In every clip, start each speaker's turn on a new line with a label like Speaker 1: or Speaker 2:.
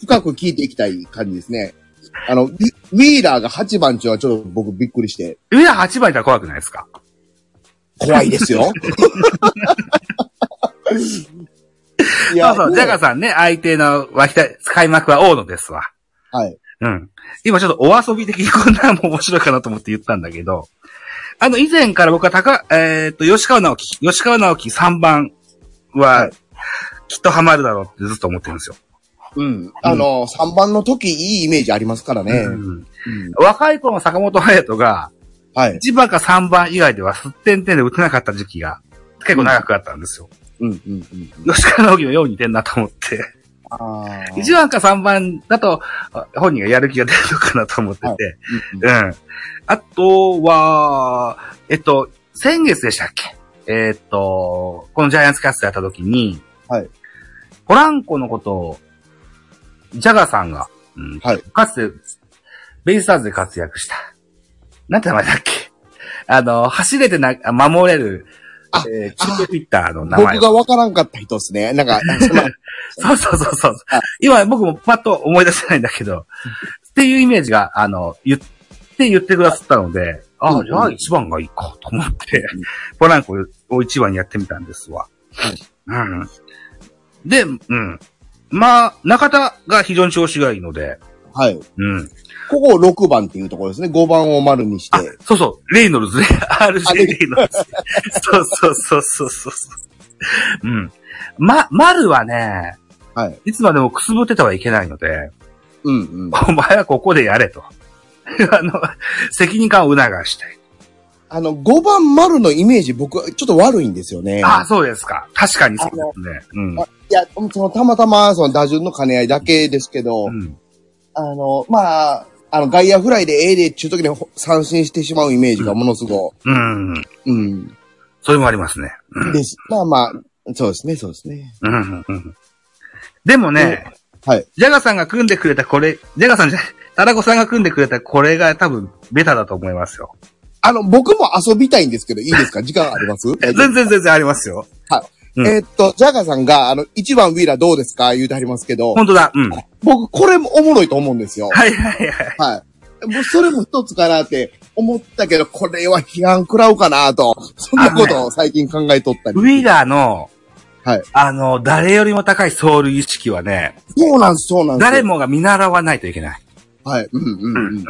Speaker 1: 深く聞いていきたい感じですね。あの、ウィウィーラーが8番中はちょっと僕びっくりして、
Speaker 2: 上は8番いたら怖くないですか
Speaker 1: 怖いです よ。い
Speaker 2: そうそう。ジャガーさんね、相手の脇田、開幕は大野ですわ。
Speaker 1: はい。
Speaker 2: うん。今ちょっとお遊び的にこんなのも面白いかなと思って言ったんだけど、あの、以前から僕は高、えーっと、吉川直樹、吉川直樹3番
Speaker 1: は、
Speaker 2: はいきっとハマるだろうってずっと思ってるんですよ。
Speaker 1: うん。あの、3番の時いいイメージありますからね。
Speaker 2: うん
Speaker 1: うん
Speaker 2: 若い頃の坂本隼人が、
Speaker 1: はい。
Speaker 2: 1番か3番以外ではすってんてんで打てなかった時期が、結構長くあったんですよ。
Speaker 1: うん、うん、うん。
Speaker 2: 吉川直樹のように出んなと思って。
Speaker 1: ああ。
Speaker 2: 1番か3番だと、あ本人がやる気が出るのかなと思ってて。
Speaker 1: はいうん
Speaker 2: うん。あとは、えっと、先月でしたっけえっと、このジャイアンツキャストやった時に、
Speaker 1: はい。
Speaker 2: ポランコのことを、ジャガーさんが、うん
Speaker 1: はい
Speaker 2: かつて、ベイスターズで活躍した。なんて名前だっけあの、走れてな、あ守れる、
Speaker 1: あ
Speaker 2: えー、チームフィッターの名前
Speaker 1: 僕
Speaker 2: を。
Speaker 1: がわからんかった人ですね。なんか、そんな
Speaker 2: そうそうそうそう
Speaker 1: あ。
Speaker 2: 今僕もパッと思い出せないんだけど、っていうイメージが、あの、言って言ってくださったので、あ
Speaker 1: う
Speaker 2: あ、
Speaker 1: ん
Speaker 2: じゃあ一番がいいかと思って、ポランコを一番にやってみたんですわ。うん。で、うん。まあ、中田が非常に調子がいいので、
Speaker 1: はい。
Speaker 2: うん。
Speaker 1: ここを6番っていうところですね。5番を丸にして
Speaker 2: あ。、そうそう、レイノルズ ね。
Speaker 1: あ
Speaker 2: RJ
Speaker 1: レイ
Speaker 2: レイノルズ。 そうそうそうそうそうそう。うん。ま、丸はね、
Speaker 1: はい。
Speaker 2: いつまでもくすぶっててはいけないので、
Speaker 1: うんうん。
Speaker 2: お前はここでやれと。あ の、責任感を促したい。
Speaker 1: あの、5番丸のイメージ僕はちょっと悪いんですよね。
Speaker 2: ああ、そうですか。確かにそうですね。うん
Speaker 1: あいや、そのたまたまその打順の兼ね合いだけですけど、
Speaker 2: うん。
Speaker 1: あの、まあ、あの、外野フライでええでっていう時にほ三振してしまうイメージがものすご
Speaker 2: うん。
Speaker 1: い。うん。
Speaker 2: それもありますね。うん
Speaker 1: です。まあまあ、そうですね、そうですね。
Speaker 2: うん。うん。でもね、
Speaker 1: はい。
Speaker 2: ジャガさんが組んでくれたこれ、ジャガさんじゃない、タラコさんが組んでくれたこれが多分ベタだと思いますよ。
Speaker 1: あの、僕も遊びたいんですけど、いいですか時間あります
Speaker 2: え 全然全然ありますよ。うん
Speaker 1: えーっと、ジャガーさんが、あの、1番ウィーラーどうですか言うてはりますけど、
Speaker 2: 本当だ。うん。は
Speaker 1: 僕、これもおもろいと思うんですよ。
Speaker 2: いはいはい。
Speaker 1: はい。もうそれも一つかなって思ったけど、これは批判食らうかなと、そんなことを最近考えとったり。
Speaker 2: ウィーラーの、
Speaker 1: はい
Speaker 2: あの、誰よりも高い走塁意識はね、
Speaker 1: そうなんです、そうなんです。
Speaker 2: 誰もが見習わないといけない。
Speaker 1: はい。うんうん
Speaker 2: う
Speaker 1: うんん。
Speaker 2: うんうん。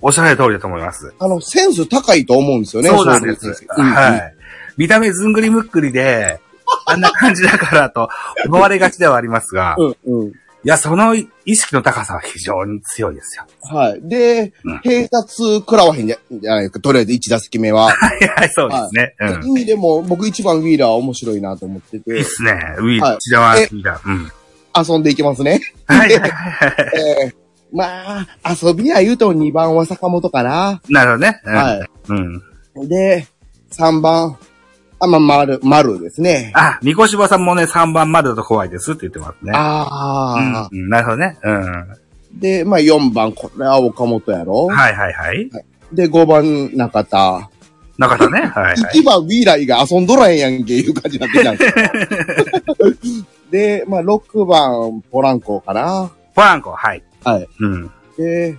Speaker 2: おっしゃられる通りだと思います。
Speaker 1: あの、センス高いと思うんですよね。
Speaker 2: そうなんです。
Speaker 1: そううんうん
Speaker 2: はい。見た目ずんぐりむっくり で、あんな感じだからと思われがちではありますが、い
Speaker 1: うんうん。
Speaker 2: や、その意識の高さは非常に強いですよ。
Speaker 1: はい。で
Speaker 2: うん、
Speaker 1: 併殺食らわへんじゃじゃないですか。とりあえず1打席目は。
Speaker 2: はいはい、そうですね。うん。
Speaker 1: 意味でも、僕1番ウィーラー面白いなと思って、
Speaker 2: いいってすね。ウィ
Speaker 1: は
Speaker 2: ー、
Speaker 1: い
Speaker 2: 千田は、リーダー。うん。
Speaker 1: 遊んでいき ますね。
Speaker 2: はいはいはい。
Speaker 1: ええまあ、遊びや言うと2番は坂本かな。
Speaker 2: なるほどね。うん
Speaker 1: は
Speaker 2: うん。
Speaker 1: い。で、3番、あ、まあ、丸、丸ですね。
Speaker 2: あ、三越柴さんもね、3番までだと怖いですって言ってますね。
Speaker 1: ああ、
Speaker 2: うんうんなるほどね。うん。
Speaker 1: で、まあ4番、これは岡本やろ。
Speaker 2: はいはいはい。
Speaker 1: で、5番、中田。
Speaker 2: 中田ね。はいはい。
Speaker 1: 1番、ウィーラーが遊んどらへんやんけ、いう感じになってきたんです よで、まあ6番、ポランコかな。
Speaker 2: ポランコ、はい。
Speaker 1: はい。
Speaker 2: うん。
Speaker 1: で、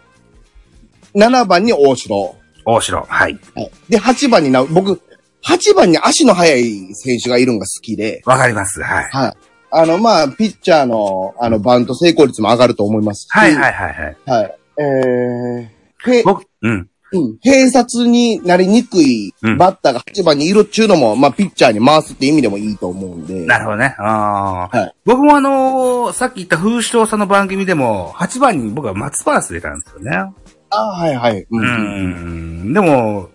Speaker 1: 7番に大城。
Speaker 2: 大城、はい。
Speaker 1: はい。で、8番にな、僕、8番に足の速い選手がいるのが好きで、
Speaker 2: わかります。はい。
Speaker 1: はい。あの、まあ、ピッチャーの、あの、バント成功率も上がると思いますし。。
Speaker 2: はいはいいはいはい。
Speaker 1: はい。えー、へ、
Speaker 2: 僕、うん。
Speaker 1: うん、併殺になりにくい
Speaker 2: うん
Speaker 1: バッターが8番にいるっちゅうのも、まあ、ピッチャーに回すって意味でもいいと思うんで。
Speaker 2: なるほどね。ああ、
Speaker 1: はい
Speaker 2: 僕もあのーさっき言った風潮さんの番組でも、8番に僕は松原出たんですよね。
Speaker 1: ああ、はいはい。う。
Speaker 2: うんん。でも、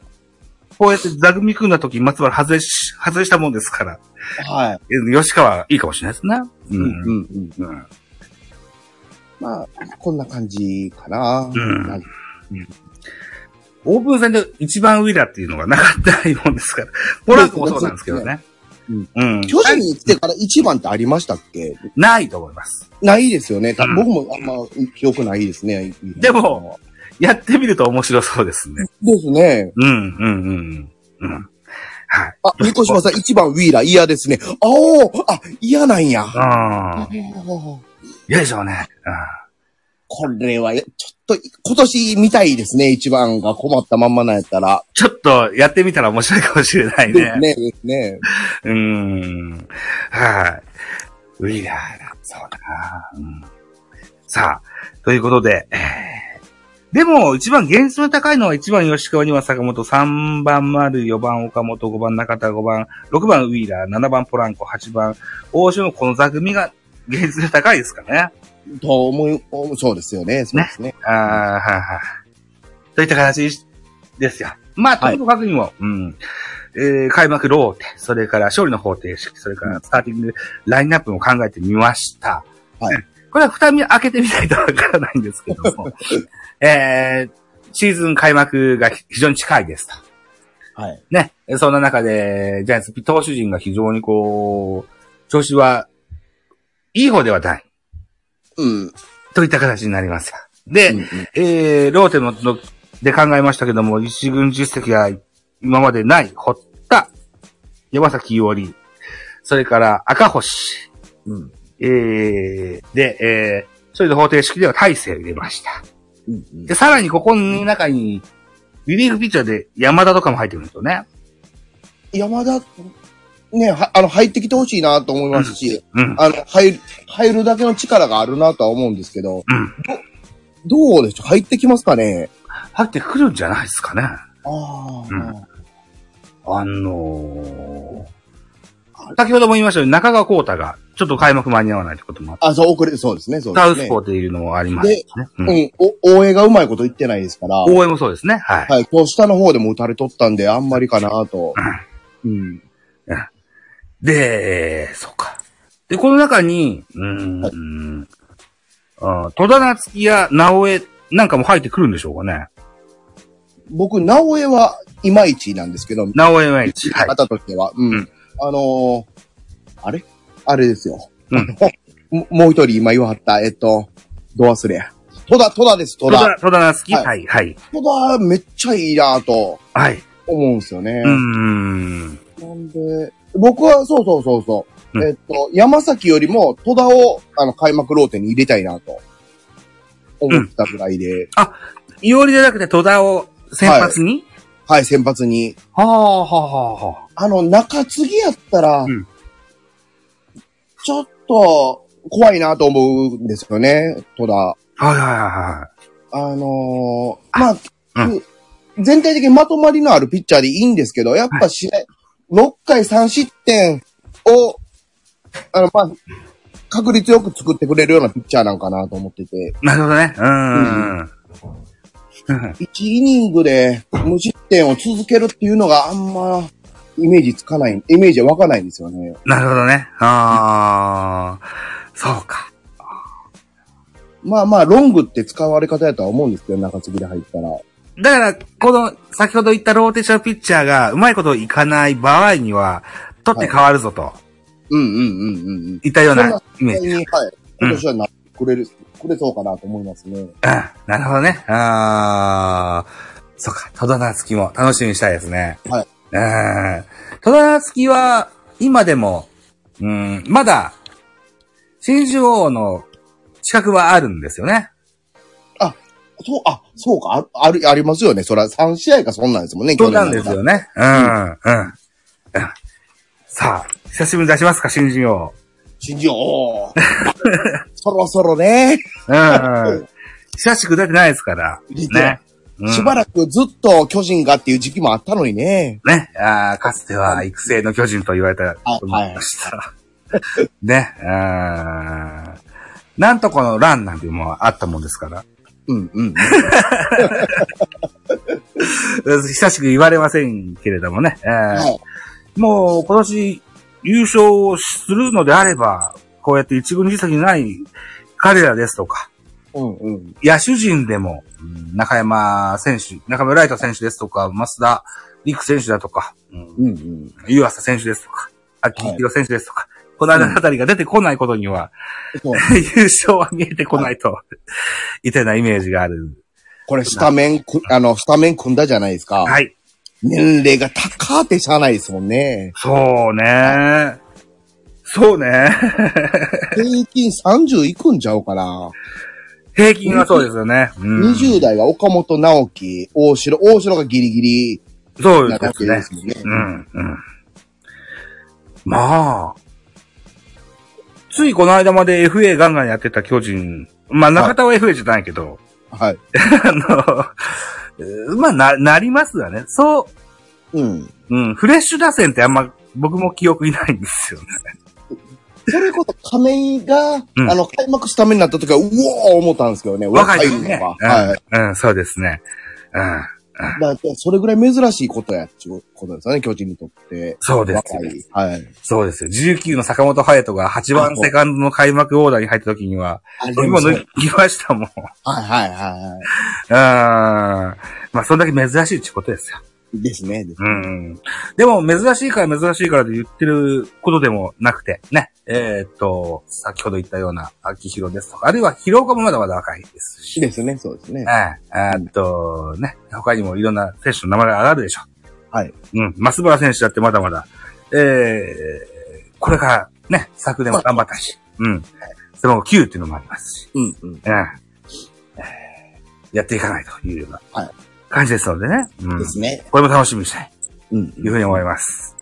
Speaker 2: こうやって座組組んだ時、松原外れし、外れしたもんですから、
Speaker 1: はい。
Speaker 2: 吉川いいかもしれないですね。う。
Speaker 1: うんん、うん。
Speaker 2: うん。
Speaker 1: まあ、こんな感じかな。
Speaker 2: うん
Speaker 1: はい
Speaker 2: オープン戦で一番ウィラーっていうのがなかったもんですから。ポランコもそうなんですけどね。
Speaker 1: うん
Speaker 2: うん。
Speaker 1: 巨人に来てから1番ってありましたっけ
Speaker 2: ないと思います。
Speaker 1: ないですよね。た
Speaker 2: うん
Speaker 1: 僕もあんま記憶ないですね。
Speaker 2: でも、やってみると面白そうですね。
Speaker 1: ですね。
Speaker 2: うん、うん、うん。うん。はい。
Speaker 1: あ、三越さん1番ウィーラー嫌ですね。あおあ、嫌なんや。
Speaker 2: ああ。
Speaker 1: あ
Speaker 2: 嫌でしょうね。
Speaker 1: これは、ちょっと、今年見たいですね、一番が困ったまんまなんやったら。
Speaker 2: ちょっとやってみたら面白いかもしれない
Speaker 1: で
Speaker 2: ね。
Speaker 1: すね、ですね。
Speaker 2: うーん。はい。ウィガーだ。そうだな、うん。さあ、ということで、えーでも、一番原数の高いのは1番吉川、2番坂本、3番丸、4番岡本、5番中田、5番、6番ウィーラー、7番ポランコ、8番大城のこの座組が原数高いですかね。
Speaker 1: と思い、そうですよね、そうですね。
Speaker 2: あーはいはい。といった形ですよ。まあ、と
Speaker 1: はい
Speaker 2: にかくにも、うん。えー、開幕ローテ、それから勝利の方程式、それからスターティングラインナップも考えてみました。
Speaker 1: はい
Speaker 2: ね。 これは二見開けてみないとわからないんですけど も。えー、シーズン開幕が非常に近いですと。
Speaker 1: はい。
Speaker 2: ね。そんな中で、ジャイアンツ投手陣が非常にこう、調子は、いい方ではない。
Speaker 1: うん。
Speaker 2: といった形になりますよ。で、
Speaker 1: うんうん
Speaker 2: えー、ローテのので考えましたけども、一軍実績が今までない、堀田、山崎伊織、それから赤星、
Speaker 1: うん。
Speaker 2: えー、で、えー、それで方程式では大勢を入れました。
Speaker 1: うんうん
Speaker 2: で、さらにここの中に、リリーフピッチャーで山田とかも入ってくるんですよね。
Speaker 1: 山田、ね、はあの、入ってきてほしいなと思いますし、
Speaker 2: うん。
Speaker 1: あの、入る、入るだけの力があるなとは思うんですけど、
Speaker 2: うん。
Speaker 1: どうでしょう入ってきますかね
Speaker 2: 入ってくるんじゃないですかね。
Speaker 1: ああ、
Speaker 2: うんあのー、先ほども言いましたように中川光太が、ちょっと開幕間に合わないってこともあって
Speaker 1: あ、そう、遅れ、そうですね、そうで
Speaker 2: サウ
Speaker 1: す
Speaker 2: ス
Speaker 1: ね
Speaker 2: ポ。ーというのもありますね。うん
Speaker 1: うん、お、応援がうまいこと言ってないですから、
Speaker 2: 応援もそうですね。はい。
Speaker 1: はい、今日下の方でも打たれとったんで、あんまりかなと。うん。
Speaker 2: で、そうか。で、この中に、うーん、あ戸田夏樹や直江なんかも入ってくるんでしょうかね。
Speaker 1: 僕、直江はいまいちなんですけど、
Speaker 2: 直江は一。はい。
Speaker 1: 方としては、うん。
Speaker 2: うん
Speaker 1: あのー、あれあれですよ。
Speaker 2: うん
Speaker 1: ももう一人今言わはった、えっと、ど忘れや。戸田、戸田です、戸
Speaker 2: 戸
Speaker 1: 田
Speaker 2: 田。、戸田夏樹、
Speaker 1: はい
Speaker 2: はい、はい。
Speaker 1: 戸田めっちゃいいなぁと
Speaker 2: はい。
Speaker 1: 思うんですよね。
Speaker 2: うーん。
Speaker 1: なんで、僕はそうそうそうそう。
Speaker 2: うん
Speaker 1: えっと、山崎よりも戸田をあの開幕ローテに入れたいなと思ってたぐらいで、
Speaker 2: いおりじゃなくて戸田を先発に、
Speaker 1: はい、先発に。
Speaker 2: はあ、はあ、はあ、は
Speaker 1: あの、中継ぎやったら、
Speaker 2: うん
Speaker 1: ちょっと怖いなと思うんですよね、戸田。
Speaker 2: あ。はい、はい、はいはい。
Speaker 1: あのーまあ、
Speaker 2: う
Speaker 1: 全体的にまとまりのあるピッチャーでいいんですけど、やっぱ試合、6回3失点を、あの、まあ、確率よく作ってくれるようなピッチャーなんかなと思ってて、
Speaker 2: なるほどね。うーん。うん、
Speaker 1: 1イニングで無失点を続けるっていうのがあんま、イメージつかない、イメージは湧かないんですよね。
Speaker 2: なるほどね。ああ、そうか。
Speaker 1: まあまあ、ロングって使われ方やとは思うんですけど、中継ぎで入ったら。
Speaker 2: だから、この、先ほど言ったローテーションピッチャーが、うまいこといかない場合には、取って変わるぞと、
Speaker 1: うんうんうんうんうん。
Speaker 2: いったよう
Speaker 1: そん
Speaker 2: な
Speaker 1: な
Speaker 2: イメージ。
Speaker 1: に、はい。今年はな、くれる、くれそうかなと思いますね。
Speaker 2: うん。なるほどね。あー。そっか、戸田夏樹も楽しみにしたいですね。
Speaker 1: はい。
Speaker 2: うん。戸田夏樹は、今でも、うん、まだ、新宿王の資格はあるんですよね。
Speaker 1: そう、あ、そうか、あある、ありますよね。そら、3試合かそんなんですもんね、
Speaker 2: そうなんですよ
Speaker 1: ね。
Speaker 2: ね。うん、うん。うんさあ、久しぶりに出しますか、新宿王。
Speaker 1: 新人王。 そろそろね、
Speaker 2: うん。久しく出てないですから。
Speaker 1: 実は
Speaker 2: ね。うん
Speaker 1: しばらくずっと巨人がっていう時期もあったのにね。
Speaker 2: ね。あーかつては育成の巨人と言われたと思いました。 ね。うんなんとこのランなんていうのもあったもんですから。
Speaker 1: うんうん。
Speaker 2: 久しく言われませんけれどもね。えー
Speaker 1: はい
Speaker 2: もう今年優勝するのであれば、こうやって一軍実績のない彼らですとか、
Speaker 1: うんうん。
Speaker 2: 野手陣でも、うん中山選手、中山ライト選手ですとか、増田陸選手だとか、うん
Speaker 1: うんうん。
Speaker 2: 湯浅選手ですとか、秋広選手ですとか、この間あたりが出てこないことには、
Speaker 1: そう
Speaker 2: 優勝は見えてこないと、いたようなイメージがある。
Speaker 1: これ、スタメンく、あの、スタメン組んだじゃないですか。
Speaker 2: はい。
Speaker 1: 年齢が高ってしゃあないですもんね。
Speaker 2: そうね。そうね。
Speaker 1: 平均30いくんちゃうかな。
Speaker 2: 平均はそうですよね。うん、
Speaker 1: 20代は岡本直樹、大城、大城がギリギリ
Speaker 2: そう
Speaker 1: な
Speaker 2: で
Speaker 1: だ
Speaker 2: す
Speaker 1: け
Speaker 2: ね
Speaker 1: で。すもんね。
Speaker 2: うん、うん。まあ、ついこの間まで FA ガンガンやってた巨人、まあ中田は FA じゃないけど、
Speaker 1: はい。
Speaker 2: あの、うまあな、なりますよね。そう、
Speaker 1: うん。
Speaker 2: うん、フレッシュ打線ってあんま僕も記憶にないんですよね。
Speaker 1: それこそ亀井が、
Speaker 2: ん
Speaker 1: あの、開幕した目になった時は、うおー思ったんですけどね。
Speaker 2: 若いで
Speaker 1: の
Speaker 2: すね
Speaker 1: が。。はい。
Speaker 2: うん、うん、そうですね。うん、
Speaker 1: だって、それぐらい珍しいことや、っていうことですよね、巨人にとって。
Speaker 2: そうです
Speaker 1: 若
Speaker 2: よ。
Speaker 1: い。はい。
Speaker 2: そうですよ。19の坂本隼人が8番セカンドの開幕オーダーに入った時には、
Speaker 1: あ
Speaker 2: 僕も抜きましたもん。
Speaker 1: はいはいはいは
Speaker 2: うん。まあ、そんだけ珍しいってことですよ。
Speaker 1: い。ですね。です
Speaker 2: うん。でも、珍しいから珍しいからと言ってることでもなくて、ね。えーっと、先ほど言ったような秋広ですとか、あるいは広岡もまだまだ若いですし。
Speaker 1: ですね、そうですね。
Speaker 2: ええ、えーっと、ね、他にもいろんな選手の名前が上がるでしょ。
Speaker 1: はい。
Speaker 2: うん、松原選手だってまだまだ、ええこれからね、昨年も頑張ったし、うん。その9っていうのもありますし、
Speaker 1: うんうん。
Speaker 2: うん。ええやっていかないというような
Speaker 1: はい
Speaker 2: 感じですのでね。うん
Speaker 1: で。すね。
Speaker 2: これも楽しみにしたい、
Speaker 1: うん。
Speaker 2: というふうに思います。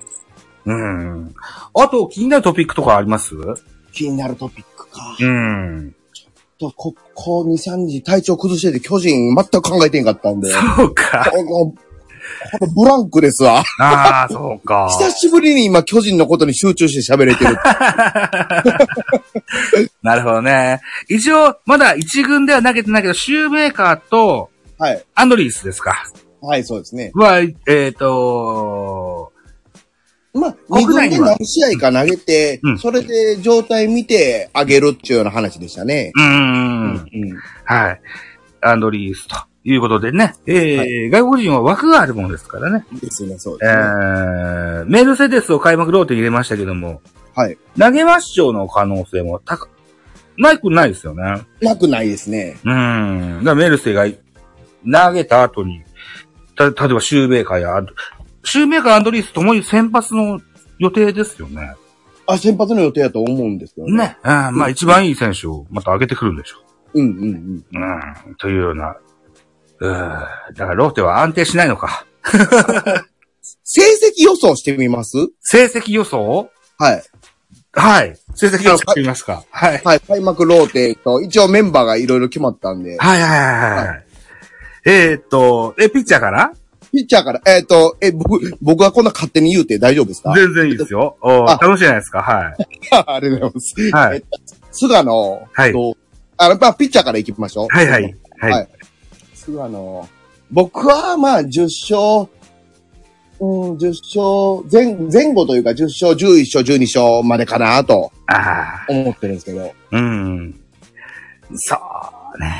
Speaker 2: うん。あと、気になるトピックとかありますう
Speaker 1: 気になるトピックか。
Speaker 2: ん。
Speaker 1: と、ここ2、3日体調崩してて巨人全く考えてんかったんで。こ
Speaker 2: そうか。
Speaker 1: の、このブランクですわ。
Speaker 2: ああ、そう か。
Speaker 1: 久しぶりに今巨人のことに集中して喋れて る。
Speaker 2: なるほどね。一応、まだ一軍では投げてないけど、シューメーカーと
Speaker 1: はい。
Speaker 2: アンドリースですか。
Speaker 1: はい、そうですね。
Speaker 2: は、えっ、と
Speaker 1: まあ、
Speaker 2: 国
Speaker 1: 2軍
Speaker 2: 内に
Speaker 1: で
Speaker 2: は
Speaker 1: 何試合か投げて
Speaker 2: うん、
Speaker 1: それで状態見てあげるっていうような話でしたね。
Speaker 2: うー、
Speaker 1: うんん。
Speaker 2: はい。アンドリースということでね。えー
Speaker 1: は
Speaker 2: 外国人は枠があるものですからね。
Speaker 1: ですね、そう
Speaker 2: え
Speaker 1: ですね。
Speaker 2: ー、メルセデスを開幕ローテに入れましたけども、
Speaker 1: はい。
Speaker 2: 投げましょうの可能性も高、ないくないですよね。
Speaker 1: なくないですね。
Speaker 2: うん。だからメルセが投げた後に、た、例えばシューベーカーや、あとシューベーカーアンドリースともに先発の予定ですよね。
Speaker 1: あ、先発の予定やと思うんですよね。
Speaker 2: ね。うん。まあ一番いい選手をまた上げてくるんでしょ
Speaker 1: うんうんうん。
Speaker 2: う。うん。というような。うん。だからローテは安定しないのか。
Speaker 1: 成績予想してみます
Speaker 2: 成績予想
Speaker 1: はい。
Speaker 2: はい。成績予想してみますか。はい。
Speaker 1: はい。開幕ローテと、一応メンバーがいろいろ決まったんで、
Speaker 2: はいはいはいはい。えーっと、え、ピッチャーかな
Speaker 1: ピッチャーから、えっ、と、え、僕、僕はこんな勝手に言うて大丈夫ですか
Speaker 2: 全然いいですよ。お
Speaker 1: あ
Speaker 2: 楽しいじゃないですか。はい。
Speaker 1: ありがとうございます。
Speaker 2: はい
Speaker 1: えっと。菅野、
Speaker 2: はい
Speaker 1: と、あの、まあ、ピッチャーから行きましょう。
Speaker 2: はいはい。は
Speaker 1: はいい。菅野、僕は、まあ、10勝、うん、10勝、前、前後というか、10勝、11勝、12勝までかなと
Speaker 2: ああ。
Speaker 1: 思ってるんですけど。
Speaker 2: うん。そうね。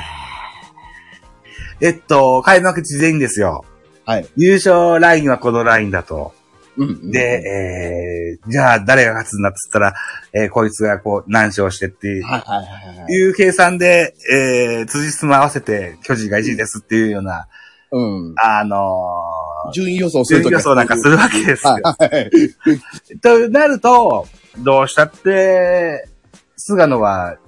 Speaker 2: えっと、開幕事前ですよ。
Speaker 1: はい。
Speaker 2: 優勝ラインはこのラインだと。
Speaker 1: うん。
Speaker 2: で、えー、じゃあ誰が勝つんだっつったら、えー、こいつがこう、難勝してっていう
Speaker 1: はいはいはいはい。
Speaker 2: いう計算で、えー、辻褄合わせて巨人が1位ですっていうような、
Speaker 1: うん。
Speaker 2: あのー、
Speaker 1: 順位予想すると
Speaker 2: 順
Speaker 1: き
Speaker 2: 位予想なんかするわけですよ。
Speaker 1: はい。
Speaker 2: となると、どうしたって、菅野は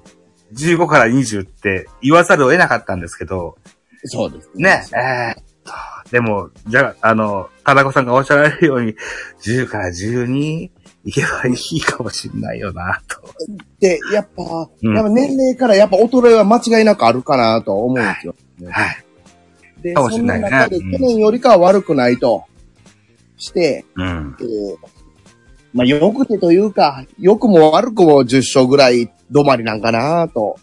Speaker 2: 15から20って言わざるを得なかったんですけど、
Speaker 1: そうです
Speaker 2: ね、えーっと、でも、じゃあ、あの、田中さんがおっしゃられるように、10から12いけばいいかもしんないよな、と。
Speaker 1: で、やっぱ、
Speaker 2: うん
Speaker 1: やっぱ年齢からやっぱ衰えは間違いなくあるかなと思うんですよ。
Speaker 2: はい。
Speaker 1: で、
Speaker 2: かもし
Speaker 1: そ
Speaker 2: れ
Speaker 1: ん
Speaker 2: ない
Speaker 1: な
Speaker 2: ね
Speaker 1: 中で
Speaker 2: うん
Speaker 1: 去年よりかは悪くないとして、
Speaker 2: うん。
Speaker 1: えーまあ、良くてというか、良くも悪くも10勝ぐらい止まりなんかなと。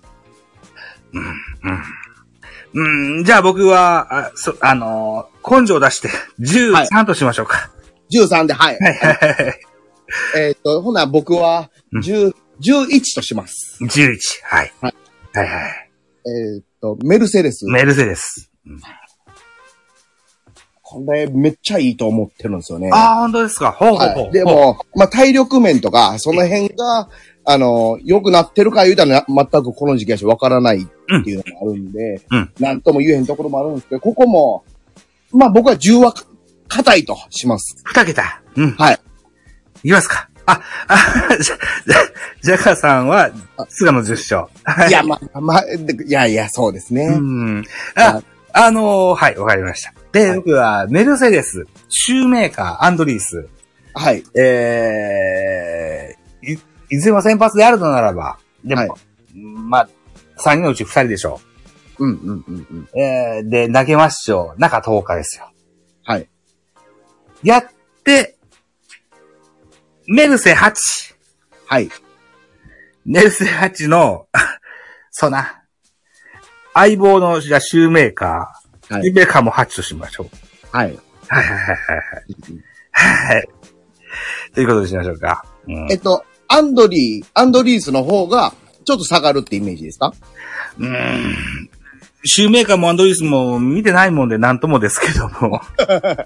Speaker 2: うん、じゃあ僕は、あ、そ、あのー根性出して、13としましょうか。
Speaker 1: 13で、はい。
Speaker 2: はい、はい、はい。
Speaker 1: えっと、ほな、僕は
Speaker 2: うん
Speaker 1: 10、11とします。
Speaker 2: 11。はい。は、
Speaker 1: はい
Speaker 2: はい。
Speaker 1: えっと、メルセデス。
Speaker 2: メルセデス。うん
Speaker 1: これめっちゃいいと思ってるんですよね。
Speaker 2: ああ、本当ですか。ほうほうほう。
Speaker 1: はい、でも、まあ、体力面とか、その辺が、あの、良くなってるか言うたら、全くこの時期やし、わからないっていうのもあるんで、
Speaker 2: うん
Speaker 1: なんとも言えへんところもあるんですけど、ここも、まあ、僕は10は硬いとします。
Speaker 2: 二桁。うん。
Speaker 1: はい。
Speaker 2: いきますか。あ、 じゃ、じゃ、ジャカさんは、菅野10勝。
Speaker 1: いや、ま、ま、いやいや、そうですね。
Speaker 2: うん。あ、あのーはい、わかりました。で、
Speaker 1: はい
Speaker 2: 僕は、メルセデス、シューメーカー、アンドリース、
Speaker 1: はい。
Speaker 2: えー、い、いずれも先発であるのならば、でも、
Speaker 1: はい
Speaker 2: まあ、3人のうち2人でしょ
Speaker 1: うん、うん、うん、うん。
Speaker 2: う。えー、で、投げましょう。中10日ですよ。
Speaker 1: はい。
Speaker 2: やって、メルセ8。
Speaker 1: はい。
Speaker 2: メルセ8の、 そうな。相棒の、じゃあシューメーカー。
Speaker 1: はい
Speaker 2: シューメーカーも8としましょう。
Speaker 1: はい。
Speaker 2: はいはいはいはい。はい。ということにしましょうか。うん
Speaker 1: えっと、アンドリー、アンドリースの方が、ちょっと下がるってイメージですか
Speaker 2: うーんシューメーカーもアンドリースも見てないもんで何ともですけども。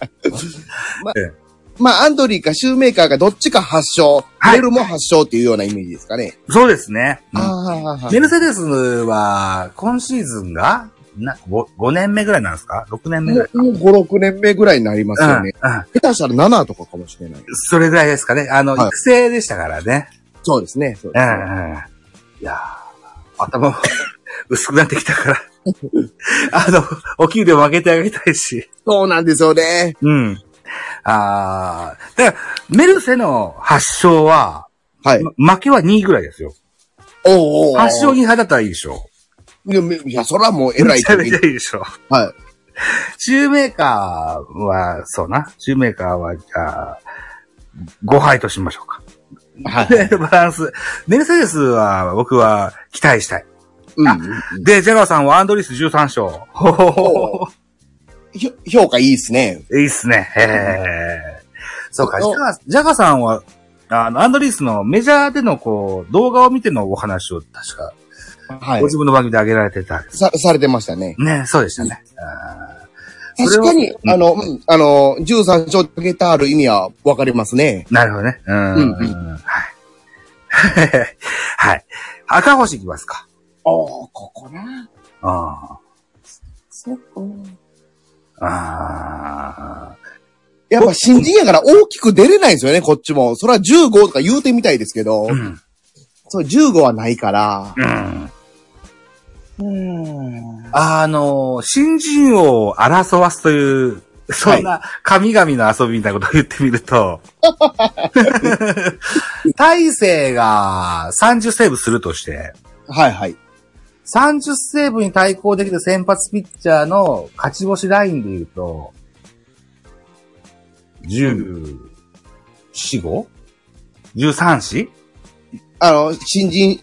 Speaker 1: まあ、アンドリーかシューメーカーかどっちか発勝、
Speaker 2: はい
Speaker 1: メルも発勝っていうようなイメージですかね。
Speaker 2: そうですね。うん
Speaker 1: ああ、はいは
Speaker 2: メ
Speaker 1: い。
Speaker 2: ルセデスは、今シーズンが、な 5, 年目ぐらいなんですか ?6 年目ぐらい。
Speaker 1: もう5、6年目ぐらいになりますよね。
Speaker 2: うん、うん。
Speaker 1: 下手したら7とかかもしれない。
Speaker 2: それぐらいですかね。あの、
Speaker 1: はい
Speaker 2: 育成でしたからね。
Speaker 1: そうですね。そう
Speaker 2: う
Speaker 1: ですね
Speaker 2: んうん。いやー頭も 薄くなってきたから。 あの、お給料上げてあげたいし。
Speaker 1: そうなんですよね。
Speaker 2: うん。ああ、だから、メルセの発勝は、
Speaker 1: はい。
Speaker 2: ま負けは2位ぐらいですよ。
Speaker 1: おうおうおう
Speaker 2: 8勝2敗だったらいいでしょ。
Speaker 1: いやめいや、そらもう偉
Speaker 2: め
Speaker 1: い
Speaker 2: ちゃ
Speaker 1: 時
Speaker 2: めちゃいいでしょ。
Speaker 1: はい。
Speaker 2: シューメーカーは、そうな。シューメーカーは、じゃあ、5敗としましょうか。
Speaker 1: はい。
Speaker 2: で、バランス。メルセデスは、僕は期待したい。
Speaker 1: うんうんうん
Speaker 2: で、ジャガーさんはアンドリス13勝。ほほほほ。
Speaker 1: ひょ評価いいですね。
Speaker 2: いいっすね。へえ。そうか、ジ
Speaker 1: そう
Speaker 2: ャガージャガーさんは、あの、アンドリースのメジャーでのこう、動画を見てのお話を確か、
Speaker 1: はい
Speaker 2: ご。自分の番組で上げられてた。
Speaker 1: さ、されてましたね。
Speaker 2: ね、そうでしたね。あー
Speaker 1: 確かに
Speaker 2: そ、れは
Speaker 1: あの、うんあの、13勝かけたある意味はわかりますね。
Speaker 2: なるほどね。うん。
Speaker 1: うん
Speaker 2: はい。はい。赤星いきますか。
Speaker 1: おおここな。
Speaker 2: あ
Speaker 1: そこ。
Speaker 2: あ。ああ。
Speaker 1: やっぱ新人やから大きく出れないんですよね、こっちも。それは15とか言うてみたいですけど、
Speaker 2: うん。
Speaker 1: そう、15はないから。う
Speaker 2: うん。
Speaker 1: ん。
Speaker 2: あの、新人王を争わすという、そんな神々の遊びみたいなことを言ってみると、 大勢が30セーブするとして、
Speaker 1: はいはい。
Speaker 2: 30セーブに対抗できる先発ピッチャーの勝ち星ラインで言うと、14、5 ?13 死
Speaker 1: あの、新人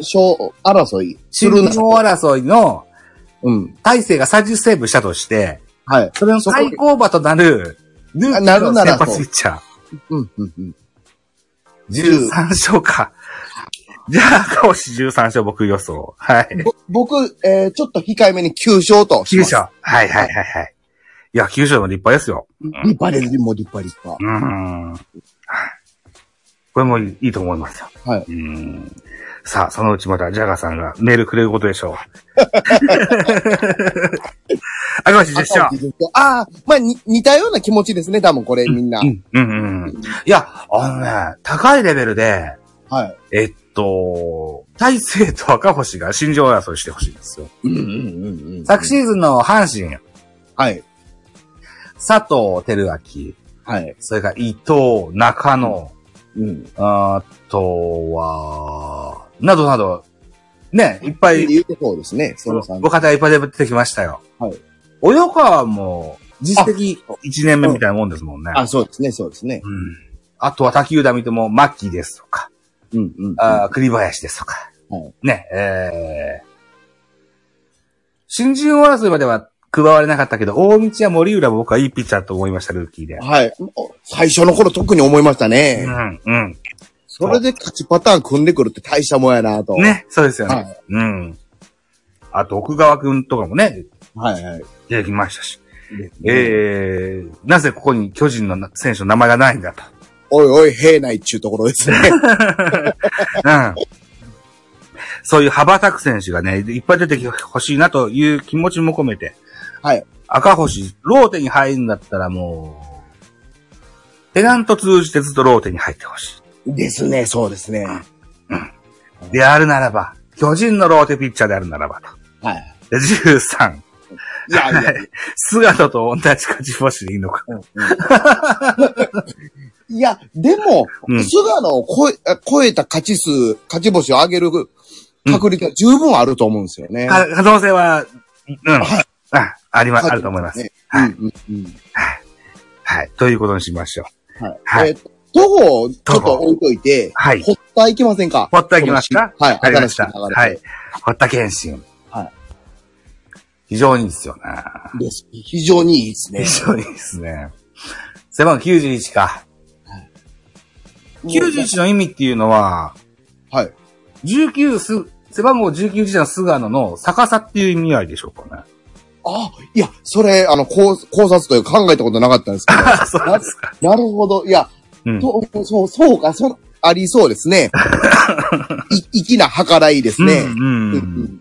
Speaker 1: 賞争いす
Speaker 2: 新
Speaker 1: るな
Speaker 2: 人王争いの
Speaker 1: うん。
Speaker 2: 大勢が30セーブしたとして、
Speaker 1: はい。
Speaker 2: それの対抗馬となる、ヌーキ
Speaker 1: な
Speaker 2: ー
Speaker 1: る
Speaker 2: の
Speaker 1: なら
Speaker 2: 先発ピッチャー。
Speaker 1: うん、うん、うん。
Speaker 2: 13勝か。じゃあ、赤星13勝僕予想。はい。
Speaker 1: ぼ僕、えー、ちょっと控えめに9勝とし
Speaker 2: 9
Speaker 1: ます。
Speaker 2: 勝。はいはいはいはい。いや、9勝も立派ですよ。
Speaker 1: 立派です、もう立派立派。
Speaker 2: うん。これもいいと思いますよ。
Speaker 1: はい
Speaker 2: うん。さあ、そのうちまたジャガーさんがメールくれることで しょう。赤星10勝。
Speaker 1: ああ、まあ、に似たような気持ちですね、多分これみんな。
Speaker 2: うん、うん、うん。いや、あのね、高いレベルで、
Speaker 1: はい。
Speaker 2: えっと、大勢と赤星が心情争いしてほしいんですよ。
Speaker 1: うん、うん、うん、うん。
Speaker 2: 昨シーズンの阪神、
Speaker 1: はい。
Speaker 2: 佐藤輝明、
Speaker 1: はい。
Speaker 2: それから伊藤、中野、
Speaker 1: うん。
Speaker 2: あとは、などなど、ね、いっぱい、
Speaker 1: 言うてそうですね、その3
Speaker 2: ご方いっぱい出てきましたよ。
Speaker 1: はい。
Speaker 2: 及川も、実績1年目みたいなもんですもんね。
Speaker 1: あ、そうですね、そうですね。
Speaker 2: うん。あとは滝浦見ても、マッキーですとか、
Speaker 1: うん、うん。
Speaker 2: あー栗林ですとか。
Speaker 1: はい
Speaker 2: ね、えー、新人王争いまでは加われなかったけど、大道や森浦も僕はいいピッチャーと思いました、ルーキーで。
Speaker 1: はい。お最初の頃特に思いましたね。
Speaker 2: うん、うん。
Speaker 1: それで勝ちパターン組んでくるって大したもんやなと。。
Speaker 2: ね、そうですよね。
Speaker 1: は
Speaker 2: うん。あと、奥川くんとかもね、
Speaker 1: はいはい。
Speaker 2: 出てきましたし。えー、なぜここに巨人のな選手の名前がないんだと。
Speaker 1: おいおい、兵内っちゅうところ ですね。
Speaker 2: うん。そういう羽ばたく選手がね、いっぱい出てきてほしいなという気持ちも込めて。
Speaker 1: はい。
Speaker 2: 赤星、ローテに入るんだったらもう、ペナント通じてずっとローテに入ってほしい。
Speaker 1: ですね、そうですね。
Speaker 2: であるならば、巨人のローテピッチャーであるならばと。
Speaker 1: はい。
Speaker 2: で13、
Speaker 1: いやい やいや。
Speaker 2: 菅野と同じ勝ち星でいいのか。
Speaker 1: いや、でも、
Speaker 2: うん
Speaker 1: 菅野を超えあ超えた勝ち数、勝ち星を上げる確率は十分あると思うんですよね。
Speaker 2: か可能性は、うん。
Speaker 1: は
Speaker 2: あ、ありま、
Speaker 1: はい
Speaker 2: あると思います。
Speaker 1: ね
Speaker 2: は
Speaker 1: う
Speaker 2: い
Speaker 1: んうんうん
Speaker 2: はい。ということにしましょう。
Speaker 1: はい。
Speaker 2: はい
Speaker 1: えー徒歩をちょっと置いといて、
Speaker 2: はい。
Speaker 1: ほったいきませんか
Speaker 2: ほったいきますか
Speaker 1: はい。
Speaker 2: ありま
Speaker 1: 新
Speaker 2: し
Speaker 1: しい
Speaker 2: た。
Speaker 1: 流れ。
Speaker 2: はい。。堀田健信。
Speaker 1: はい。
Speaker 2: 非常にいいですよね。
Speaker 1: です。非常にいいですね。
Speaker 2: 非常にいいですね。背番号91か。91の意味っていうのは、
Speaker 1: はい。
Speaker 2: 19す、背番号19時代の菅野の逆さっていう意味合いでしょうかね。
Speaker 1: あ、いや、それ、あの、考考察というか考えたことなかったんですけ
Speaker 2: あ、 そうすか。
Speaker 1: ど、なるほど。いや、
Speaker 2: うん。
Speaker 1: そう、そう、そうか、そう、ありそうです ね。い、粋な計らいですね。
Speaker 2: うん
Speaker 1: う
Speaker 2: うん。
Speaker 1: うんん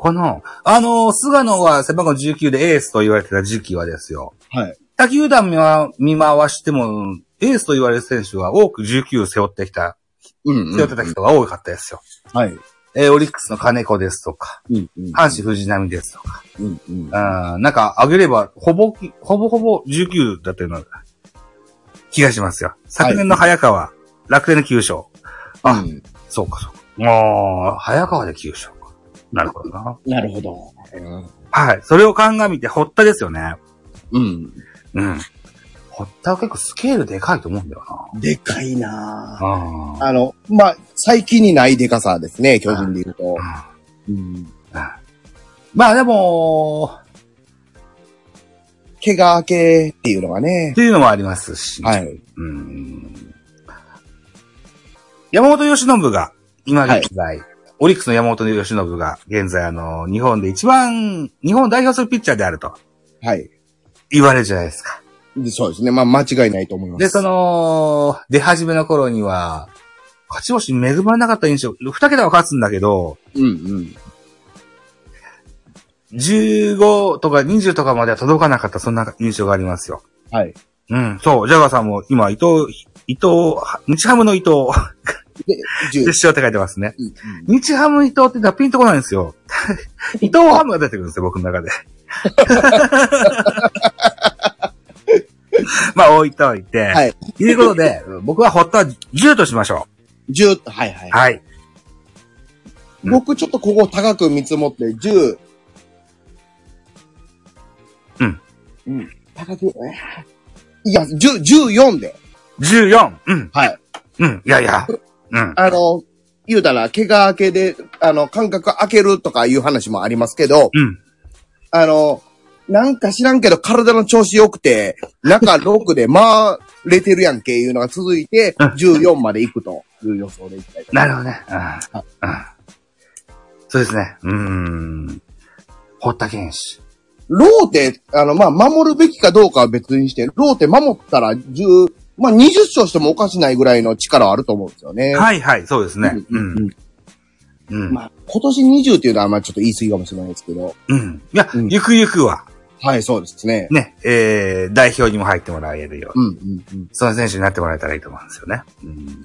Speaker 2: この、あの、菅野が背番号19でエースと言われてた時期はですよ。
Speaker 1: はい。
Speaker 2: 他球団見は見回しても、エースと言われる選手は多く19を背負ってきた、
Speaker 1: うんうん。
Speaker 2: 背負ってた人が多かったですよ。
Speaker 1: はい。
Speaker 2: えーオリックスの金子ですとか、
Speaker 1: うんうん。
Speaker 2: 阪神藤浪ですとか、
Speaker 1: うんうん。
Speaker 2: あーなんかあげれば、ほぼ、ほぼほぼ19だったような気がしますよ。昨年の早川、楽天の9勝。あ、
Speaker 1: うん
Speaker 2: そうかそうか。もう、早川で9勝か。なるほどな。
Speaker 1: なるほど。うん
Speaker 2: はい。それを鑑みて、堀田ですよね。
Speaker 1: うん。
Speaker 2: うん。堀田は結構スケールでかいと思うんだよ
Speaker 1: でかいな
Speaker 2: な。あ
Speaker 1: あの、まあ、最近にないでかさですね、巨人で言うと。
Speaker 2: あ。
Speaker 1: うん。
Speaker 2: まあでも、
Speaker 1: 怪我明けっていうのがね
Speaker 2: っ。ていうのもありますし。
Speaker 1: はい。
Speaker 2: うん。山本由伸が、今現在、オリックスの山本由伸が、現在あの、日本で一番、日本を代表するピッチャーであると
Speaker 1: はい。
Speaker 2: 言われるじゃないですか。
Speaker 1: でそうですね。まあ、間違いないと思います。
Speaker 2: で、その、出始めの頃には、勝ち星に恵まれなかった印象、二桁は勝つんだけど、
Speaker 1: うんうん。
Speaker 2: 15とか20とかまでは届かなかった、そんな印象がありますよ。
Speaker 1: はい。
Speaker 2: うん、そう、ジャガーさんも今、伊藤、伊藤、日ハムの伊藤、
Speaker 1: で、10
Speaker 2: 決。勝って書いてますね。
Speaker 1: うんうん
Speaker 2: 日ハム伊藤ってのはピンとこないんで すよ。伊藤ハムが出てくるんですよ、僕の中で。 まあ、置いといて。
Speaker 1: はい。
Speaker 2: ということで、僕はホットは10としましょ。。
Speaker 1: 10、はいはいう
Speaker 2: はい。うん
Speaker 1: 僕ちょっとここ高く見積もって、10。
Speaker 2: うん。
Speaker 1: うん。高く、えーいや、10、14で。
Speaker 2: 14! うん。
Speaker 1: はい。
Speaker 2: うん。いやいや。うん。
Speaker 1: あの、言うたら、怪我明けで、あの、間隔開けるとかいう話もありますけど、
Speaker 2: うん。
Speaker 1: あの、なんか知らんけど体の調子良くて、中6で回れてるやんけいうのが続いて、
Speaker 2: うん
Speaker 1: 14まで行くという予想でいきたいと思
Speaker 2: ないる
Speaker 1: ま
Speaker 2: ほどね。うん。うん。そうですね。うーん。ホッタ剣士。
Speaker 1: す。ローテ、あの、まあ、守るべきかどうかは別にして、ローテ守ったら10、まあ、20勝してもおかしないぐらいの力はあると思うんですよね。
Speaker 2: はいはい、そうですね。うん。うん。
Speaker 1: まあ、今年20っていうのはまあちょっと言い過ぎかもしれないですけど。
Speaker 2: うん。いや、
Speaker 1: うん
Speaker 2: ゆくゆくは、
Speaker 1: はい、そうですね。
Speaker 2: ね、えー、代表にも入ってもらえるよう
Speaker 1: う
Speaker 2: に、
Speaker 1: ん、うん、うん。
Speaker 2: その選手になってもらえたらいいと思うんですよね。うん。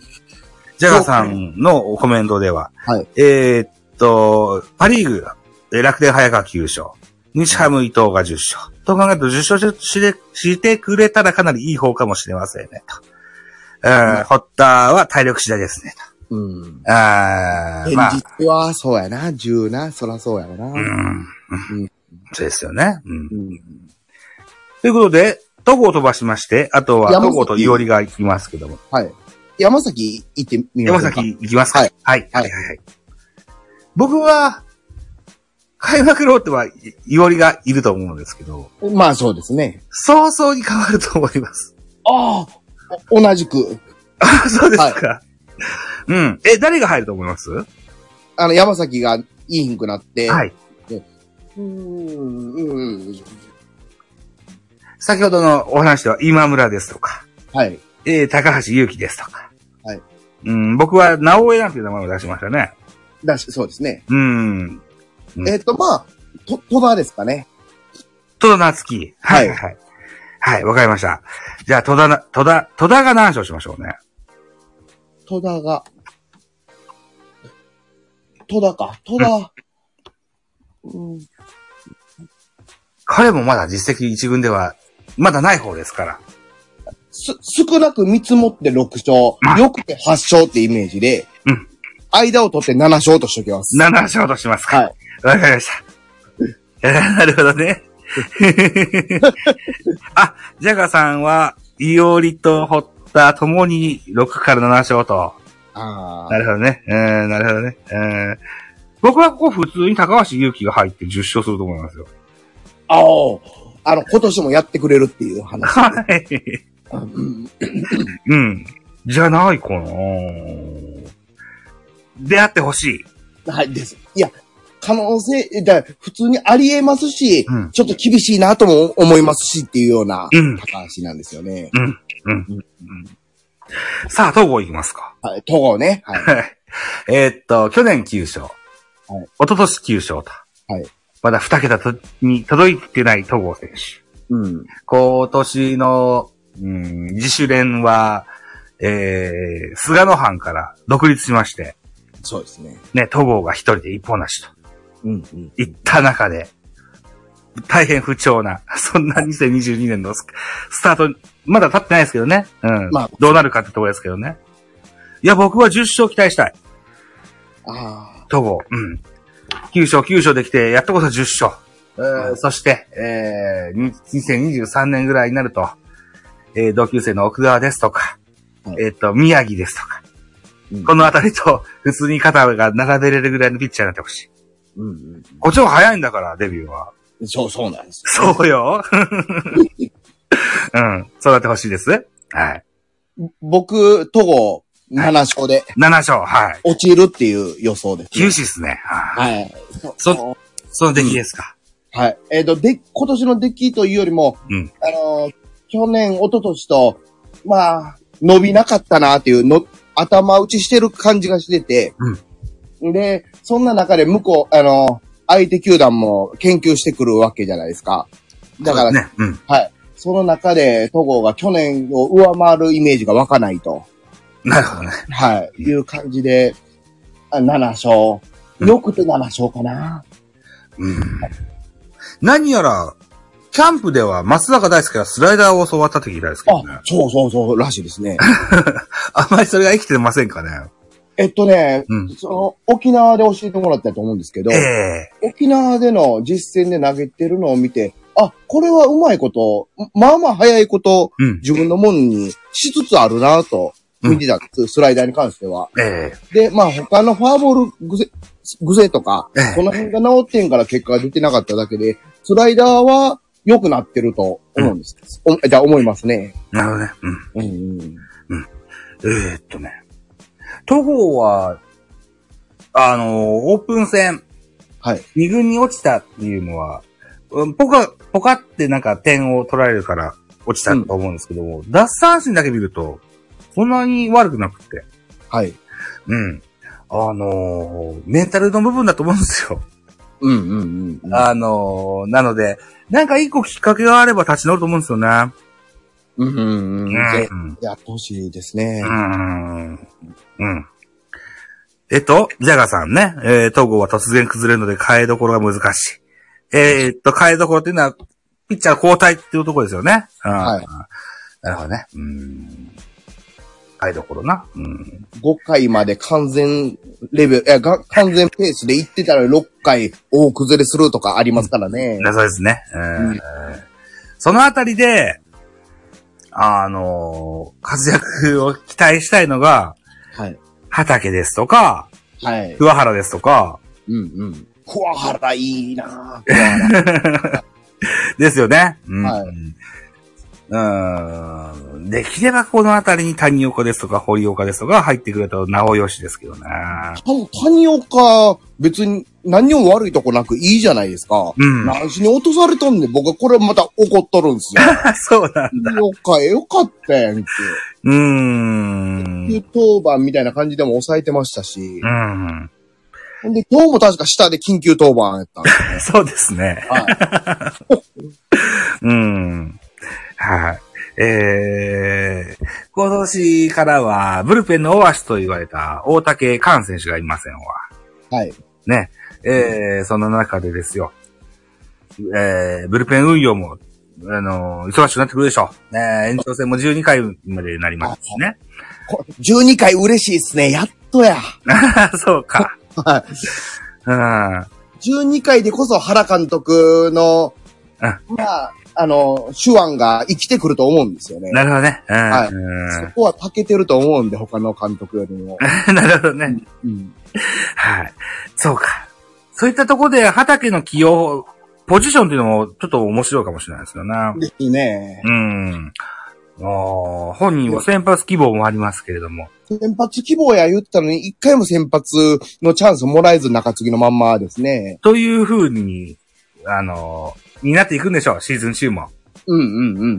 Speaker 2: ジャガーさんのコメントでは、
Speaker 1: はい
Speaker 2: えーっと、パリーグ、えー楽天早川9勝、西ハム伊藤が10勝。と考えると10勝ししてしてくれたらかなりいい方かもしれませんね、と。うん、ホッターは体力次第ですね、
Speaker 1: うん。
Speaker 2: と。あー
Speaker 1: 現
Speaker 2: まあ、
Speaker 1: 実は、そうやな、10な、そらそうやろな。
Speaker 2: う。
Speaker 1: うん
Speaker 2: うんそうですよね。うん。
Speaker 1: ん。
Speaker 2: ということで、戸郷を飛ばしまして、あとは
Speaker 1: 山
Speaker 2: 戸
Speaker 1: 崎
Speaker 2: 郷と伊織が行きますけども。
Speaker 1: はい。山崎行ってみま
Speaker 2: 山
Speaker 1: すか。
Speaker 2: 崎行きますか。
Speaker 1: は
Speaker 2: はいい。はい。はい。はい。僕は、開幕ローテは、いいおりがいると思うんですけど、
Speaker 1: まあそうですね。
Speaker 2: 早々に変わると思います。
Speaker 1: ああ同じく。
Speaker 2: あそうですか。うん。え、誰が入ると思いますは
Speaker 1: あの、山崎がいいんくなって。い。
Speaker 2: い。
Speaker 1: うーん、うん。
Speaker 2: 先ほどのお話では、今村ですとか、
Speaker 1: はい。
Speaker 2: えー高橋祐希ですとか。
Speaker 1: はい。
Speaker 2: うん、僕は、直江なんていう名前を出しましたね。
Speaker 1: だし、そうですね。
Speaker 2: うん。うん
Speaker 1: えっ、と、まあ、と、戸田ですかね。
Speaker 2: 戸田夏樹。
Speaker 1: はい
Speaker 2: はい。はい、わかりました。じゃあ、戸田な、戸田、戸田が何勝しましょうね。
Speaker 1: 戸田が。戸田か。戸田。うん。
Speaker 2: 彼もまだ実績一軍では、まだない方ですから。
Speaker 1: す、少なく見積もって6
Speaker 2: まあ
Speaker 1: 勝、よくて8勝ってイメージで、
Speaker 2: うん
Speaker 1: 間を取って7勝としときます。
Speaker 2: 7勝としますか。
Speaker 1: はい。
Speaker 2: わかりました。 えーなるほどね。あ、ジャガさんは、イオリとホッタともに6から7勝と。
Speaker 1: あ
Speaker 2: なるほどね。うん、なるほどね。うん。僕はここ普通に高橋祐希が入って10勝すると思いますよ。
Speaker 1: あ。あおあの、今年もやってくれるっていう話。
Speaker 2: はい。
Speaker 1: うん
Speaker 2: うん。じゃないかな出会ってほしい。
Speaker 1: はい、です。いや、可能性、だ普通にあり得ますし、
Speaker 2: うん
Speaker 1: ちょっと厳しいなとも思いますしっていうような、
Speaker 2: うん
Speaker 1: 高橋なんですよね。
Speaker 2: うん。うん。うんさあ、東郷行きますか。
Speaker 1: はい、戸郷ね。はい。
Speaker 2: えーっと、去年9勝。
Speaker 1: はい
Speaker 2: 一昨年9勝と。
Speaker 1: はい
Speaker 2: まだ2桁とに届いてない戸郷選手。
Speaker 1: うん。
Speaker 2: 今年の、うん、自主練は、えー、菅野藩から独立しまして、
Speaker 1: そうですね。
Speaker 2: ね、戸郷が一人で一本なしと
Speaker 1: うん、うん。
Speaker 2: いった中で、大変不調な、 そんな2022年のススタート、まだ経ってないですけどね。うん。
Speaker 1: まあ
Speaker 2: どうなるかってところですけどね。いや、僕は10勝期待したい。
Speaker 1: ああ。
Speaker 2: 戸郷。うん。9勝、9勝できて、やっとこそ10勝。えーそして、えー、に2023年ぐらいになると、えー、同級生の奥川ですとか、
Speaker 1: はい
Speaker 2: えっ、と、宮城ですとか、
Speaker 1: うん
Speaker 2: このあたりと、普通に肩が並べれるぐらいのピッチャーになってほしい。
Speaker 1: うん、うん
Speaker 2: こっちの方が早いんだから、デビューは。
Speaker 1: うん。そう、そうなんです。
Speaker 2: そうよ。うん。そうなってほしいです。はい。
Speaker 1: 僕、戸郷、7勝で
Speaker 2: 7勝、はい。
Speaker 1: 落ちるっていう予想です、
Speaker 2: 九死っすね。はい。
Speaker 1: はい。
Speaker 2: そその出来ですか。
Speaker 1: はい。えっ、と、で、今年の出来というよりも、
Speaker 2: うん
Speaker 1: あのー去年、一昨年と、まあ、伸びなかったなっていうの、頭打ちしてる感じがしてて、で、そんな中で向こう、あのー相手球団も研究してくるわけじゃないですか。だから、
Speaker 2: そうですね。うん。
Speaker 1: その中で、戸郷が去年を上回るイメージが湧かないと、
Speaker 2: なるほどね。
Speaker 1: はい、いう感じで、あ7勝。
Speaker 2: うん
Speaker 1: よくて7勝かな。
Speaker 2: うん何やら、キャンプでは松坂大輔がスライダーを教わったって聞いたんですけどね
Speaker 1: あ。、そうそうそう、らしいですね。
Speaker 2: あんまりそれが生きてませんかね。
Speaker 1: えっとね、
Speaker 2: うん
Speaker 1: その、沖縄で教えてもらったと思うんですけど、
Speaker 2: ええ
Speaker 1: 沖縄での実践で投げてるのを見て、あ、これはうまいこと、まあまあ早いこと、
Speaker 2: うん。
Speaker 1: 自分のもんにしつつあるなと、見てたんです、スライダーに関しては。
Speaker 2: ええ
Speaker 1: で、まあ他のフォアボール癖、癖とか、
Speaker 2: ええ
Speaker 1: この辺が治ってんから結果が出てなかっただけで、スライダーは良くなってると思うんです。おじゃあ思いますね。
Speaker 2: なるほどね。うん。
Speaker 1: うんうん、
Speaker 2: えーっとね。戸郷は、あの、オープン戦、
Speaker 1: はい。
Speaker 2: 二軍に落ちたっていうのは、うんポカ、ポカってなんか点を取られるから落ちたと思うんですけども、奪三振だけ見ると、そんなに悪くなくて。
Speaker 1: はい。
Speaker 2: うん。あのーメンタルの部分だと思うんですよ。
Speaker 1: うんうんうんうん。
Speaker 2: あのーなので、なんか一個きっかけがあれば立ち直ると思うんですよね。
Speaker 1: うんうんう。
Speaker 2: う
Speaker 1: で
Speaker 2: んん。
Speaker 1: やってほしいですね。
Speaker 2: うん。うん。えっと、ジャガーさんね、えー、東郷は突然崩れるので変えどころが難しい。えーっと、変えどころっていうのは、ピッチャー交代っていうところですよね。うん
Speaker 1: はい
Speaker 2: なるほどね。うん。変えどころな。うん。
Speaker 1: 5回まで完全レベル、いや、が完全ペースで行ってたら6回大崩れするとかありますからね。
Speaker 2: そうですね。うん
Speaker 1: うん
Speaker 2: そのあたりで、あのー活躍を期待したいのが、
Speaker 1: はい。
Speaker 2: 畑ですとか、
Speaker 1: はい。
Speaker 2: 桑原ですとか、
Speaker 1: うんうん。桑原いいなぁ。桑原
Speaker 2: ですよね。うん。
Speaker 1: は
Speaker 2: うん。できればこのあたりに谷岡ですとか、堀岡ですとか入ってくれたらなおよしですけどね。
Speaker 1: 谷谷岡、別に何にも悪いとこなくいいじゃないですか。
Speaker 2: うん。
Speaker 1: 何しに落とされたんで、僕はこれまた怒っとるんですよ。
Speaker 2: そうなん
Speaker 1: 谷岡、えよかったやんけ。
Speaker 2: うーん。
Speaker 1: 当番みたいな感じでも抑えてましたし
Speaker 2: う。ん。
Speaker 1: ほんで、今日も確か下で緊急当番やったんですね
Speaker 2: そうですね。
Speaker 1: はい。
Speaker 2: うん。はい。えー、今年からは、ブルペンのオアシスと言われた大竹寛選手がいませんわ。
Speaker 1: はい。
Speaker 2: ね。えー、そんな中でですよ。えー、ブルペン運用も、あのー忙しくなってくるでしょう。ね延長戦も12回までなりますしね。
Speaker 1: こ12回嬉しいっすね。やっとや。
Speaker 2: そうか。
Speaker 1: は
Speaker 2: うん。
Speaker 1: い。12回でこそ原監督の、
Speaker 2: あ
Speaker 1: まあ、あの、手腕が生きてくると思うんですよね。
Speaker 2: なるほどね。うん。
Speaker 1: はい
Speaker 2: うん
Speaker 1: そこは長けてると思うんで、他の監督よりも。
Speaker 2: なるほどね。
Speaker 1: うん。
Speaker 2: はい。そうか。そういったところで、畑の起用、ポジションっていうのも、ちょっと面白いかもしれないですよな。
Speaker 1: ですね。
Speaker 2: うん。あー本人は先発希望もありますけれども。
Speaker 1: 先発希望や言ったのに、一回も先発のチャンスもらえず中継ぎのまんまですね。
Speaker 2: という風に、あのーになっていくんでしょう、シーズン中も。
Speaker 1: うんうんうん
Speaker 2: う
Speaker 1: うん。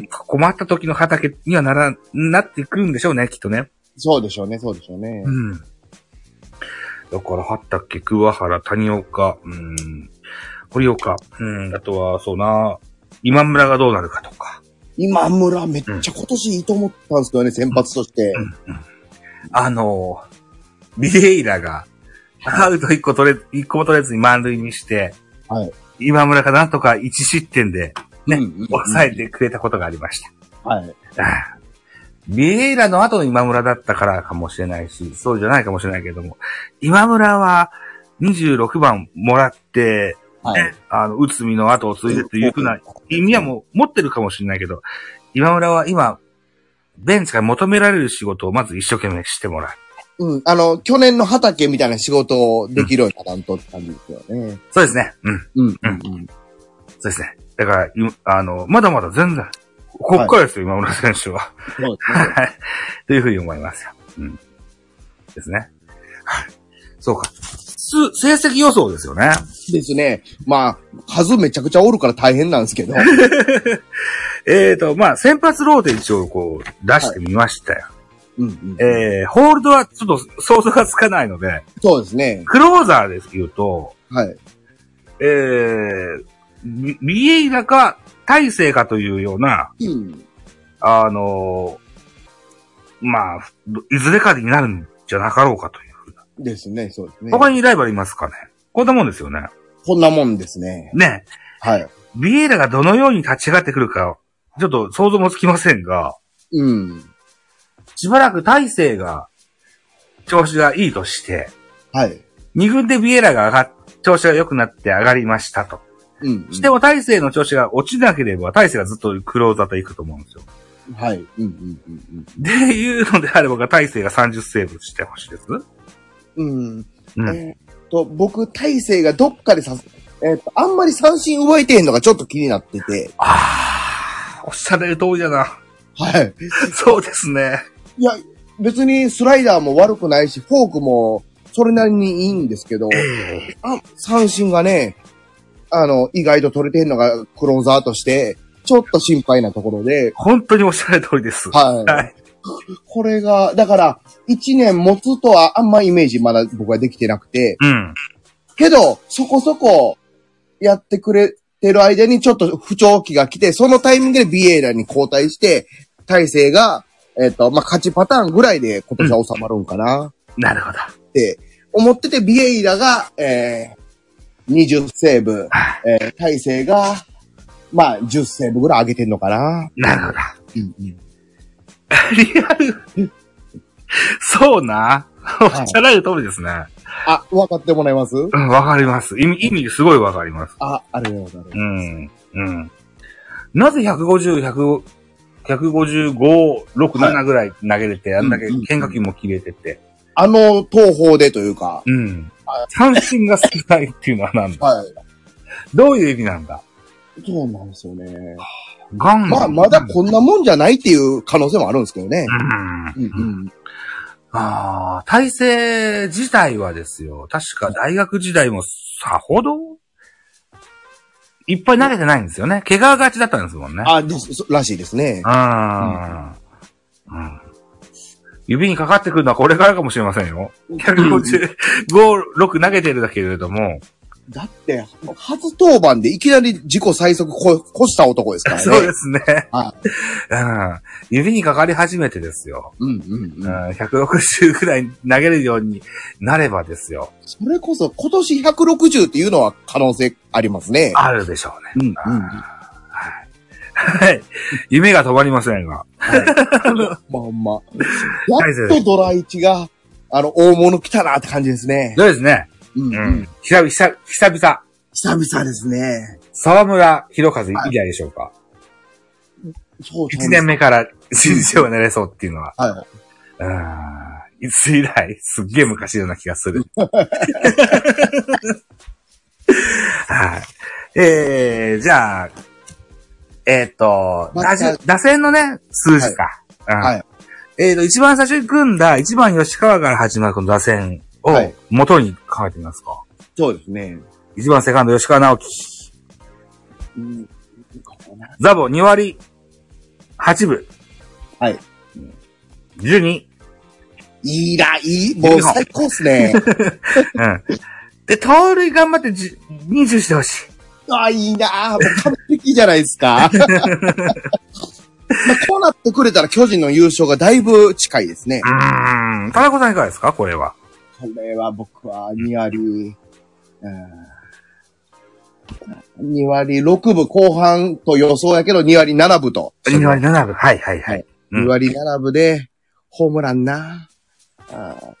Speaker 2: ん。困った時の畑にはなら、なっていくんでしょうね、きっとね。
Speaker 1: そうでしょうね、そうでしょうね。
Speaker 2: うん。だから、畑、桑原、谷岡、うん、堀岡、うん、あとは、そうな、今村がどうなるかとか。
Speaker 1: 今村めっちゃ今年いいと思ったんですけどね、先発として。
Speaker 2: あの、ビデイラが、アウト1個取れ、一個も取れずに満塁にして、
Speaker 1: はい
Speaker 2: 今村がなんとか1失点で
Speaker 1: うん
Speaker 2: ね
Speaker 1: うんうん
Speaker 2: 抑えてくれたことがありました。
Speaker 1: はい。
Speaker 2: ああビデイラの後の今村だったからかもしれないし、そうじゃないかもしれないけども、今村は26番もらって、
Speaker 1: は
Speaker 2: ね
Speaker 1: い。
Speaker 2: あの、内海の後を継いでというふうな意味はもう持ってるかもしれないけど、今村は今、ベンチから求められる仕事をまず一生懸命してもらう。
Speaker 1: うん。あの、去年の畑みたいな仕事をできるようにならんとって感じですよね。
Speaker 2: そうですね。うん。
Speaker 1: うんうんうん。
Speaker 2: そうですね。だから、いあの、まだまだ全然、こっからですよ、今村選手は。
Speaker 1: そうですね。
Speaker 2: はい。 というふうに思いますよ。うん。ですね。はい。そうか。す、成績予想ですよね。
Speaker 1: ですね。まあ、数めちゃくちゃおるから大変なんです けど。はい。
Speaker 2: えーと、まあ、先発ローテ一応こう、出してみましたよ。
Speaker 1: うんうん、
Speaker 2: えー、ホールドはちょっと想像がつかないので、
Speaker 1: そうですね。
Speaker 2: クローザーです言うと、
Speaker 1: はい。
Speaker 2: えー、ビビエイラか、大勢かというような、
Speaker 1: うん。
Speaker 2: あのーまあ、どいずれかになるんじゃなかろうかというふうな。
Speaker 1: ですね、そうですね。
Speaker 2: 他にライバルいますかねこんなもんですよね。
Speaker 1: こんなもんですね。
Speaker 2: ね。
Speaker 1: はい。
Speaker 2: ビエラがどのように立ち上がってくるか、ちょっと想像もつきませんが、
Speaker 1: うん。
Speaker 2: しばらく大勢が、調子がいいとして、
Speaker 1: はい。
Speaker 2: 二軍でビエラが上がっ、調子が良くなって上がりましたと。
Speaker 1: うん、うん。
Speaker 2: しても大勢の調子が落ちなければ、大勢がずっとクローザーと行くと思うんですよ。
Speaker 1: はい。うんうんうん
Speaker 2: で、いうのであれば、大勢が30セーブしてほしいです。
Speaker 1: うん。うん。
Speaker 2: うん。
Speaker 1: えーっと、僕、大勢がどっかでさ、えーっと、あんまり三振奪えてへんのがちょっと気になってて。
Speaker 2: ああ、おっしゃる通りだな。
Speaker 1: はい。
Speaker 2: そうですね。
Speaker 1: いや、別にスライダーも悪くないし、フォークもそれなりにいいんですけど、あ三振がね、あの、意外と取れてんのがクローザーとして、ちょっと心配なところで、
Speaker 2: 本当におっしゃる通りです。
Speaker 1: はい。
Speaker 2: はい。
Speaker 1: これが、だから、一年持つとはあんまイメージまだ僕はできてなくて、
Speaker 2: うん。
Speaker 1: けど、そこそこやってくれてる間にちょっと不調期が来て、そのタイミングでビエイラに交代して、体勢が、えっ、と、まあ、勝ちパターンぐらいで今年は収まるんかな
Speaker 2: なるほど。
Speaker 1: って思ってて、ビエイラが、えー、20セーブ、えー、体勢が、まあ、10セーブぐらい上げてんのかな
Speaker 2: なるほど。
Speaker 1: うんうん。
Speaker 2: リアル。そうな。おっしゃられる通りですね。
Speaker 1: あ、分かってもらえます
Speaker 2: うん、わかります。意味、意味すごいわかります。
Speaker 1: あ、あれが分か
Speaker 2: う
Speaker 1: る。
Speaker 2: ん。うん。なぜ150、100、155、6、7ぐらい投げれて、あんだけ
Speaker 1: うんうんうん
Speaker 2: 変化球も切れてて。
Speaker 1: あの、東方でというか、
Speaker 2: うん。三振が少ないっていうのはなんだ
Speaker 1: はい。
Speaker 2: どういう意味なんだ
Speaker 1: そうなんですよね。
Speaker 2: ガン
Speaker 1: まあ、まだこんなもんじゃないっていう可能性もあるんですけどね。
Speaker 2: うん。
Speaker 1: うん
Speaker 2: ああ、体制自体はですよ。確か大学時代もさほど、いっぱい投げてないんですよね。怪我がちだったんですもんね。
Speaker 1: あ、です、そらしいですね。
Speaker 2: ああ、うん。指にかかってくるのはこれからかもしれませんよ。155、6投げてるだけれども、
Speaker 1: だって、初登板でいきなり自己最速こ越した男ですからね。
Speaker 2: そうですね。
Speaker 1: は
Speaker 2: うん。指にかかり始めてですよ。
Speaker 1: うんうん
Speaker 2: う
Speaker 1: うん。
Speaker 2: ん。160くらい投げるようになればですよ。
Speaker 1: それこそ今年160っていうのは可能性ありますね。
Speaker 2: あるでしょうね。
Speaker 1: うんうん。
Speaker 2: はい。はい。夢が止まりませんが。
Speaker 1: まあまあ。やっとドラ1が、あの、大物来たなって感じですね。
Speaker 2: そうですね。
Speaker 1: うん
Speaker 2: う
Speaker 1: うん
Speaker 2: ん。。久々、久々、
Speaker 1: 久々ですね。
Speaker 2: 沢村博和以来でしょうか。
Speaker 1: そう
Speaker 2: 一年目から新章を狙えそうっていうのは。
Speaker 1: はい。
Speaker 2: うん。いつ以来、すっげえ昔のような気がする。はい。えー、じゃあ、えっ、と、
Speaker 1: また
Speaker 2: 打順打線のね、数字か。うん
Speaker 1: はい
Speaker 2: えっ、と、一番最初に組んだ、一番吉川から始まるこの打線を
Speaker 1: はい
Speaker 2: 元に考えてみますか。
Speaker 1: そうですね。
Speaker 2: 一番セカンド吉川直樹。
Speaker 1: うんここな
Speaker 2: ザボ2割8分。
Speaker 1: はい。
Speaker 2: 12。
Speaker 1: いいな、いい。もう最高っす ね。
Speaker 2: うん。で、盗塁頑張ってじ20してほしい。
Speaker 1: ああ、いいな。もう完璧じゃないです か。まあこうなってくれたら巨人の優勝がだいぶ近いですね
Speaker 2: う。ーん。田中さんいかがですかこれは。
Speaker 1: これは僕は2割、うん、2割6分後半と予想やけど2割7分と。
Speaker 2: 2割7分。はいはいはい。うん
Speaker 1: 2割7分で、ホームランな。あー